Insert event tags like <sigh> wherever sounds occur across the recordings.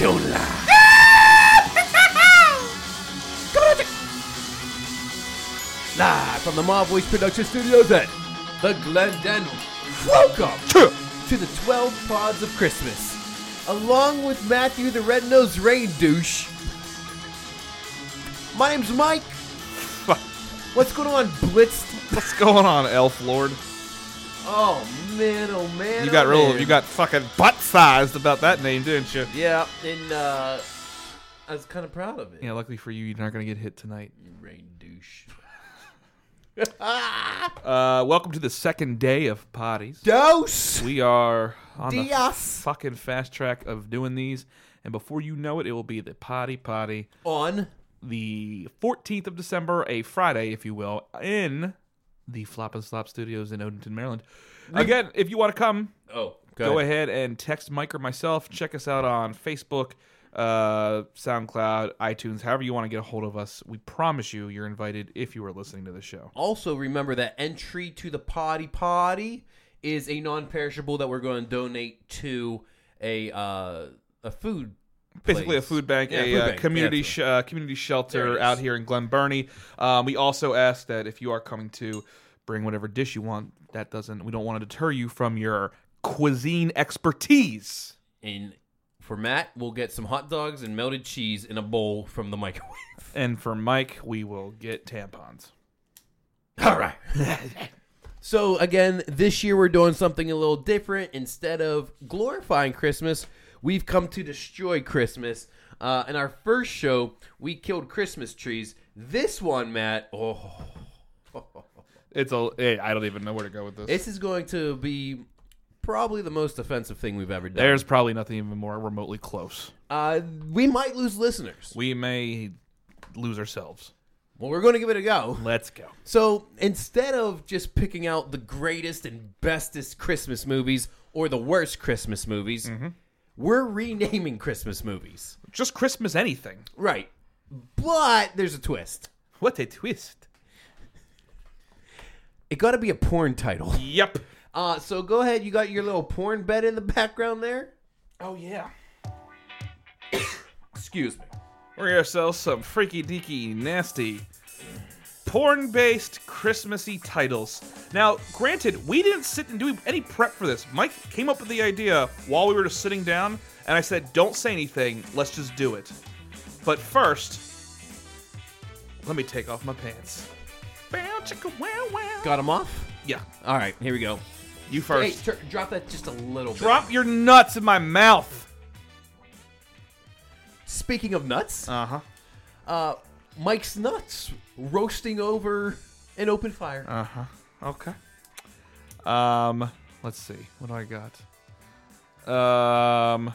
Don't lie. Live from the Mob Voice Production Studios at the Glendale. Welcome to the 12 Pods of Christmas. Along with Matthew the Red-Nosed Rain Douche. My name's <laughs> Mike. What's going on, Blitzed? What's going on, Elf Lord? Oh, man, oh, man. You got oh, real, man. you got fucking butt sized about that name, didn't you? Yeah, and uh, I was kind of proud of it. Yeah. Luckily for you, you're not gonna get hit tonight. Rain douche. Uh, welcome to the second day of potties. Dose! We are on the Dios! fucking fast track of doing these, and before you know it, it will be the potty potty, On the 14th of December, a Friday, if you will, in the Flop and Slop Studios in Odenton, Maryland. Again, if you want to come, Oh, go ahead and text Mike or myself. Check us out on Facebook, uh, SoundCloud, iTunes, however you want to get a hold of us. We promise you, you're invited if you are listening to the show. Also, remember that entry to the potty potty is a non-perishable that we're going to donate to a uh, a food. Basically, a Please. food bank, Yeah, a food uh, bank. community Yeah, sh- uh, community There shelter it out is. here in Glen Burnie. Um, we also ask that if you are coming to, bring whatever dish you want. That doesn't. We don't want to deter you from your cuisine expertise. And for Matt, we'll get some hot dogs and melted cheese in a bowl from the microwave. <laughs> And for Mike, we will get tampons. All right. <laughs> so again, this year we're doing something a little different. Instead of glorifying Christmas, we've come to destroy Christmas. Uh, in our first show, we killed Christmas trees. This one, Matt, oh, It's a. eh, I don't even know where to go with this. this is going to be probably the most offensive thing we've ever done. There's probably nothing even more remotely close. uh, we might lose listeners. We may lose ourselves. Well, we're going to give it a go. Let's go. So instead of just picking out the greatest and bestest Christmas movies or the worst Christmas movies, Mm-hmm. we're renaming Christmas movies. Just Christmas anything. Right. But there's a twist. What a twist. It got to be a porn title. Yep. Uh, so go ahead. You got your little porn bed in the background there. Oh yeah. Excuse me. We're gonna sell some freaky deaky nasty porn-based Christmassy titles. Now, granted, we didn't sit and do any prep for this. Mike came up with the idea while we were just sitting down, and I said, "Don't say anything. Let's just do it." But first, let me take off my pants. Bow, chicka, wow, wow. Got him off. Yeah, All right. Here we go. you first. Hey, tur- drop that just a little bit. Drop your nuts in my mouth. Speaking of nuts, Uh huh. uh, Mike's nuts roasting over an open fire. Uh huh. Okay. Um, let's see. What do I got? Um,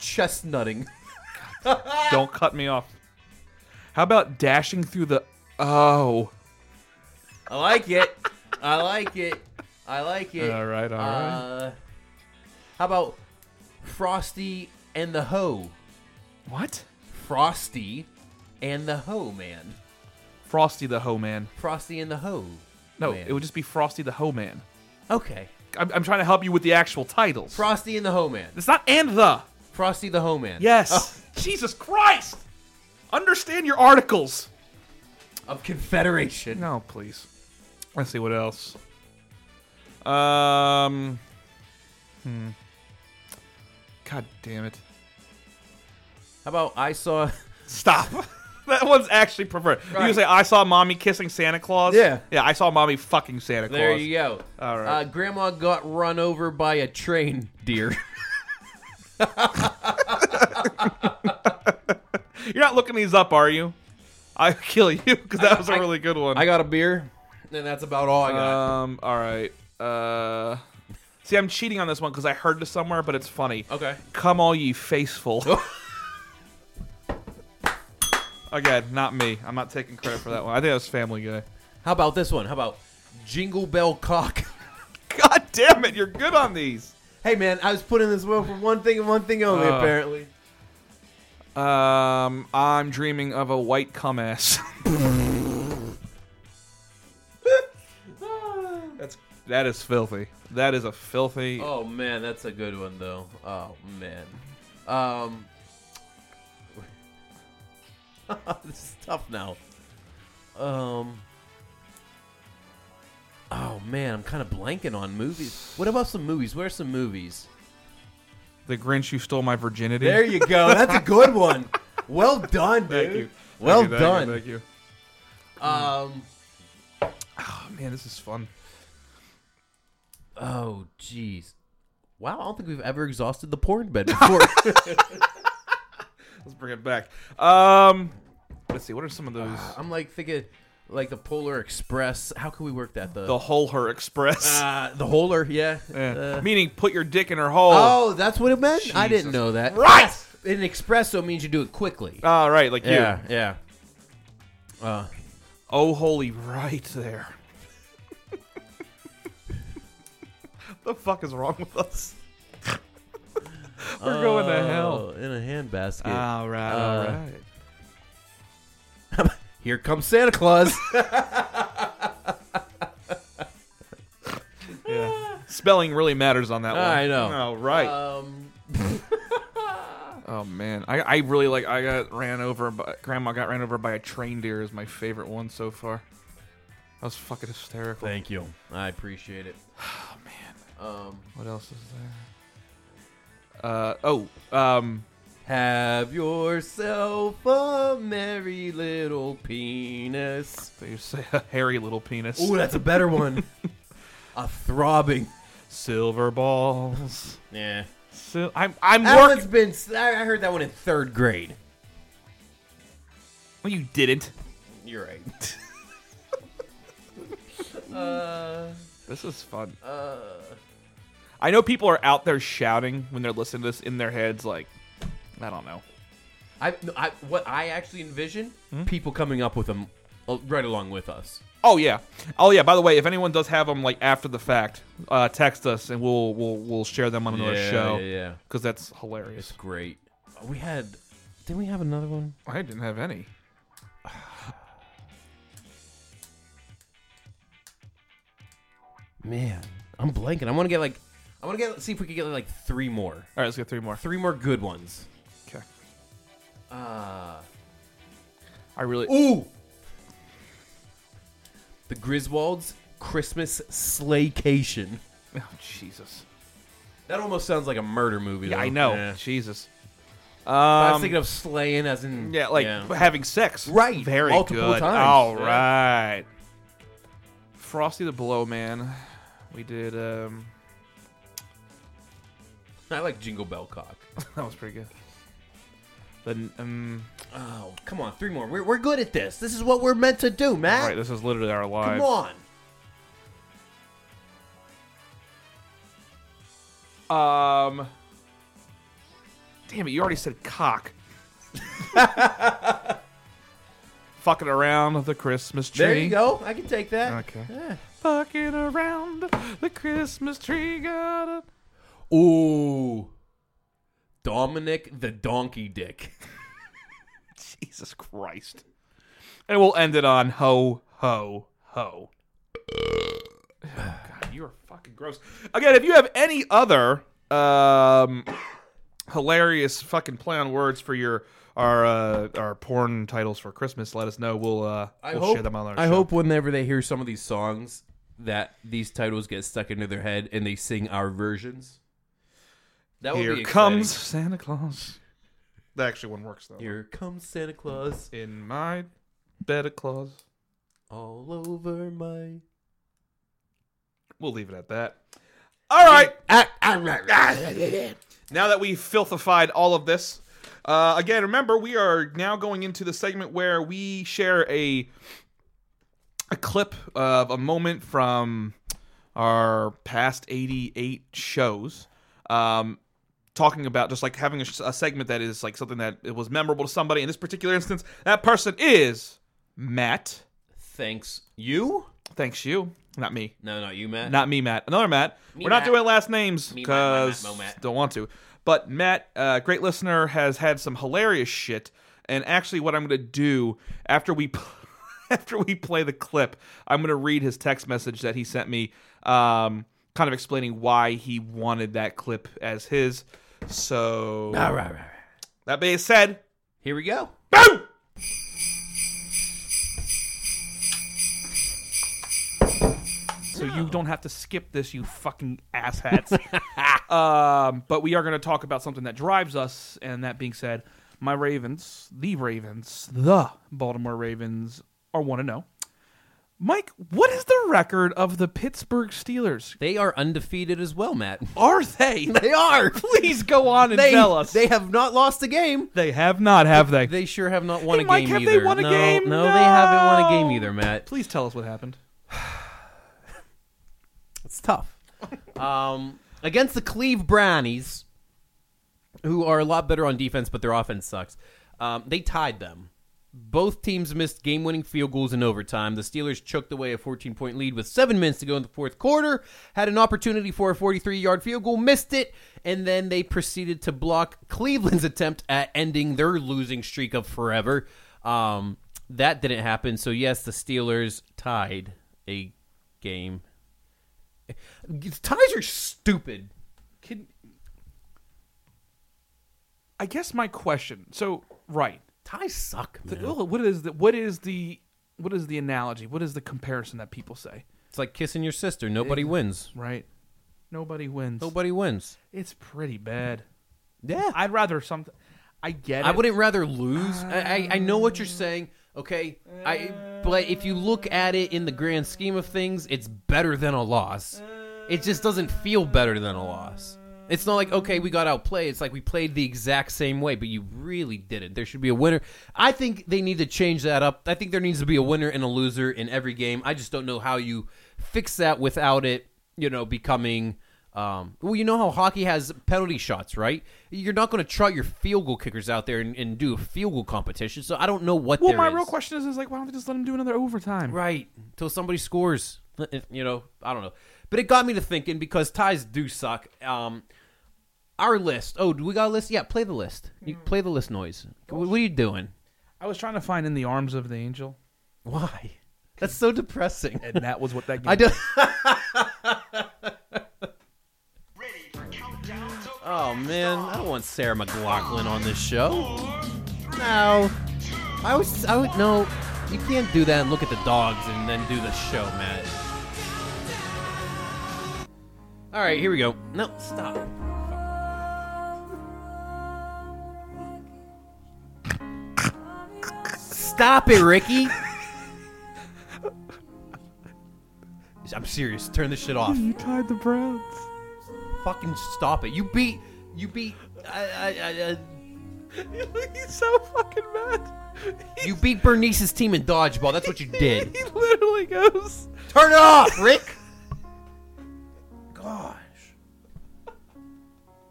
Chestnutting. don't cut me off. How about dashing through the? Oh. I like it. I like it. I like it. All right. All right. Uh, how about Frosty and the Hoe? what? Frosty and the Hoe Man. Frosty the Hoe Man. Frosty and the Hoe. No, Man. it would just be Frosty the Hoe Man. Okay. I'm, I'm trying to help you with the actual titles. Frosty and the Hoe Man. it's not and the. Frosty the Hoe Man. Yes. Jesus Christ! Understand your articles. Oh, Of Confederation. No, please. Let's see what else. Um. Hmm. God damn it! How about I saw. Stop. <laughs> that one's actually perverted. You Right. say I saw mommy kissing Santa Claus? Yeah. Yeah, I saw mommy fucking Santa Claus. There you go. All right. Uh, Grandma got run over by a train, <laughs> dear. You're not looking these up, are you? I <laughs> kill you because that was a I- really good one. I got a beer, and that's about all I got. um. All right. Uh. See, I'm cheating on this one because I heard this somewhere, but it's funny. okay. <laughs> Come all ye faithful. <laughs> Again, not me. I'm not taking credit for that one. I think that was Family Guy. How about this one? How about Jingle Bell Cock? God damn it, you're good on these. Hey man, I was putting this one for one thing and one thing only. Uh. apparently, Um, I'm dreaming of a white cum ass. That's that is filthy. That is a filthy. oh man, that's a good one though. Oh man, Oh, um, <laughs> this is tough now. Um. Oh man, I'm kind of blanking on movies. What about some movies? What are some movies? The Grinch Who Stole My Virginity. There you go. That's a good one. Well done, dude. Thank you. Thank Well you, thank you, done. Thank you. Um. Oh man, this is fun. Oh jeez. Wow, I don't think we've ever exhausted the porn bed before. <laughs> Let's bring it back. Um, let's see. What are some of those? I'm like thinking, like the Polar Express. How can we work that? The The Hole Her Express. uh, the holer, yeah. Eh, Uh, Meaning, put your dick in her hole. oh, that's what it meant. I didn't Jesus know that. Right. An espresso means you do it quickly. All right, like yeah, you. yeah. Uh, Oh, holy right there. <laughs> the fuck is wrong with us? We're going to hell. Ah. oh, in a handbasket. All right, Uh, Here comes Santa Claus. Yeah. Uh, Spelling really matters on that one. I know. All <laughs> right. um, oh man, I, I really like. I got ran over. by Grandma got ran over by a train deer. Is my favorite one so far. That was fucking hysterical. thank you. I appreciate it. <sighs> Oh man, Um, what else is there? Uh oh. Um. have yourself a merry little penis. They say a hairy little penis. Ooh, that's a better one. <laughs> a throbbing. Silver balls. Yeah. Sil- I'm I'm That working. one's been. I I heard that one in third grade. Well, you didn't. You're right. uh, This is fun. uh, I know people are out there shouting when they're listening to this in their heads, like, I don't know. <laughs> I, no, I, what I actually envision people coming up with them uh, right along with us. Oh yeah. Oh yeah. By the way, if anyone does have them like after the fact, uh, text us and we'll we'll we'll share them on another yeah, show Yeah, yeah, because that's hilarious. it's great. We had. Did we have another one? I didn't have any. Man, I'm blanking. I want to get like. I want to get see if we could get like three more, All right, let's get three more. three more good ones. Okay. Uh, I really. ooh, the Griswolds Christmas Slaycation. Oh Jesus. That almost sounds like a murder movie. Yeah, though. I know. Yeah. Jesus. I was Um, thinking of slaying as in yeah, like having sex. Right, Very multiple good. times, All yeah. right. Frosty the Blow Man. We did. um <laughs> I like Jingle Bell Cock. That was pretty good. Then um. Oh, come on, three more. We're, we're good at this. This is what we're meant to do, Matt. Right. This is literally our live. come on. Um. Damn it! You already said cock. <laughs> Fucking around the Christmas tree. There you go. I can take that. Okay. Yeah. Fucking around the Christmas tree. Got it. Ooh, Dominic the Donkey Dick. <laughs> Jesus Christ. And we'll end it on ho ho ho. Oh, God, you are fucking gross. Again, if you have any other um, hilarious fucking play on words for your our uh, our porn titles for Christmas, let us know. We'll uh, I we'll hope. share them on our I show. hope whenever they hear some of these songs that these titles get stuck into their head and they sing our versions. That would Here be exciting. comes Santa Claus. That actually one works though. Here comes Santa Claus In my bed of claws. all over my We'll leave it at that. All right. Ah, right. now that we've filthified all of this, uh, again, remember we are now going into the segment where we share a a clip of a moment from our past 88 shows. Um, talking about just like having a, sh- a segment that is like something that it was memorable to somebody. In this particular instance, that person is Matt. Thanks you? Thanks you, not me. No, not you, Matt. Not me, Matt. Another Matt. We're not Matt. doing last names Me, Matt, my Matt, because Mo, Matt. don't want to. But Matt, uh, great listener, has had some hilarious shit. And actually, what I'm going to do after we <laughs> after we play the clip, I'm going to read his text message that he sent me, um, kind of explaining why he wanted that clip as his. So All right, all right, all right. that being said, Here we go. boom. so you don't have to skip this, you fucking asshats. <laughs> um, but we are going to talk about something that drives us, and that being said, my Ravens, the Ravens, the Baltimore Ravens are one to know. Mike, what is the record of the Pittsburgh Steelers? They are undefeated as well, Matt. <laughs> Are they? They are. <laughs> Please go on <laughs> and They, tell us. they have not lost a game. They have not, have they? They sure have not won Hey, a Mike, game have they either. won a no, game? no, they haven't won a No. game either, Matt. Please tell us what happened. It's tough. um, against the Cleve Brownies, who are a lot better on defense, but their offense sucks. Um, they tied them. Both teams missed game-winning field goals in overtime. The Steelers choked away a 14-point lead with seven minutes to go in the fourth quarter. Had an opportunity for a 43-yard field goal, missed it, and then they proceeded to block Cleveland's attempt at ending their losing streak of forever. Um, that didn't happen. So yes, the Steelers tied a game Ties are stupid. Can I guess my question? So right, Ties suck, The- man. well, what is the what is the what is the analogy? What is the comparison that people say? It's like kissing your sister. Nobody wins. Right, nobody wins. Nobody wins. It's pretty bad. Yeah. I'd rather something. I get it. Ah. I wouldn't rather lose. I, I, I know what you're saying. Okay. I but if you look at it in the grand scheme of things, it's better than a loss. It just doesn't feel better than a loss. It's not like okay, we got outplayed. It's like we played the exact same way, but you really didn't. There should be a winner. I think they need to change that up. I think there needs to be a winner and a loser in every game. I just don't know how you fix that without it, you know, becoming um, well, you know how hockey has penalty shots, right? You're not going to trot your field goal kickers out there and, and do a field goal competition. So I don't know what. Well, there my is. real question is, is like, why don't they just let them do another overtime? Right. Till somebody scores. <laughs> You know, I don't know. But it got me to thinking because ties do suck. Um, our list. Oh, do we got a list? Yeah, play the list. You play the list noise. What, what are you doing? I was trying to find in the arms of the angel, Why? That's so depressing. and that was what that <laughs> game. I don't. Ready for countdown to Oh man, I don't want Sarah McLaughlin on this show. No, I was. I would no. You can't do that and look at the dogs and then do the show, Matt. All right, here we go. No, stop. Stop it, <laughs> Ricky. I'm serious. Turn this shit off You tied the Browns. <laughs> fucking stop it. You beat, you beat, uh, I, I, I, He's so fucking mad. I, you beat Bernice's team in dodgeball. That's what you did. <laughs> He literally goes. <laughs> Turn it <laughs> off, Rick. Gosh,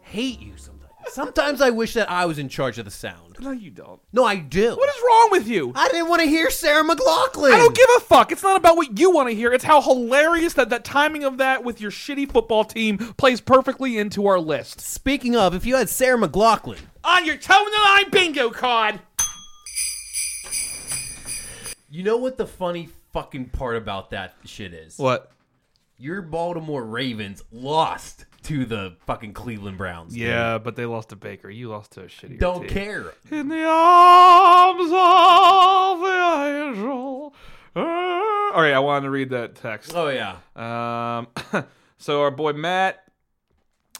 hate you sometimes. Sometimes I wish that I was in charge of the sound. No, you don't. No, I do. What is wrong with you? I didn't want to hear Sarah McLaughlin. I don't give a fuck. It's not about what you want to hear. It's how hilarious that that timing of that with your shitty football team plays perfectly into our list. Speaking of, if you had Sarah McLaughlin, On your toe in the line bingo card. you know what the funny fucking part about that shit is? What? Your Baltimore Ravens lost to the fucking Cleveland Browns. Yeah, but they lost to Baker. You lost to a shitty. Don't care. In the arms of the angel. Uh, all right, I wanted to read that text. Oh yeah. Um, <coughs> so our boy Matt,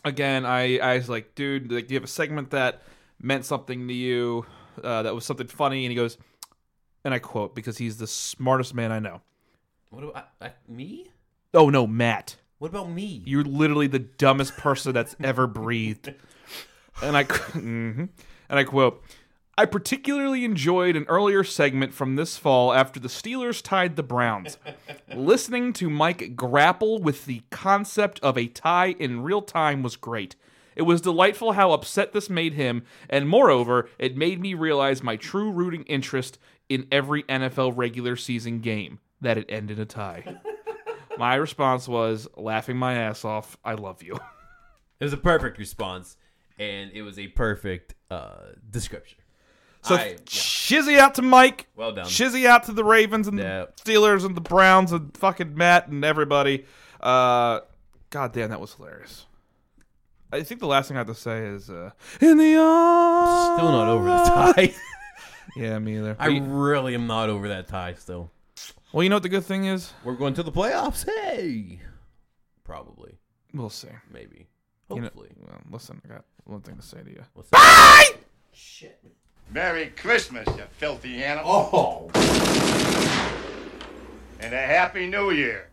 again, I, I was like, dude, like, do you have a segment that meant something to you, uh, that was something funny? And he goes, and I quote because he's the smartest man I know. What about I, me? Oh no, Matt, What about me? you're literally the dumbest person that's ever breathed. And I, Mhm. and I quote. I particularly enjoyed an earlier segment from this fall after the Steelers tied the Browns. Listening to Mike grapple with the concept of a tie in real time was great. It was delightful how upset this made him, and moreover, it made me realize my true rooting interest in every NFL regular season game that it ended a tie. my response was laughing my ass off. I love you. <laughs> it was a perfect response, and it was a perfect uh, description. So I- yeah. shizzy out to Mike. Well done. Shizzy out to the Ravens and Yeah. the Steelers and the Browns and fucking Matt and everybody. Uh, God damn, that was hilarious. I think the last thing I have to say is uh, in the arms. Still not over the tie. <laughs> Yeah, me either. I really am not over that tie. Still, Well, you know what the good thing is? We're going to the playoffs. Hey, probably, We'll see. maybe, You know- hopefully. well, listen, I got one thing to say to you. What's that? Shit. Merry Christmas, you filthy animal. Oh. And a Happy New Year.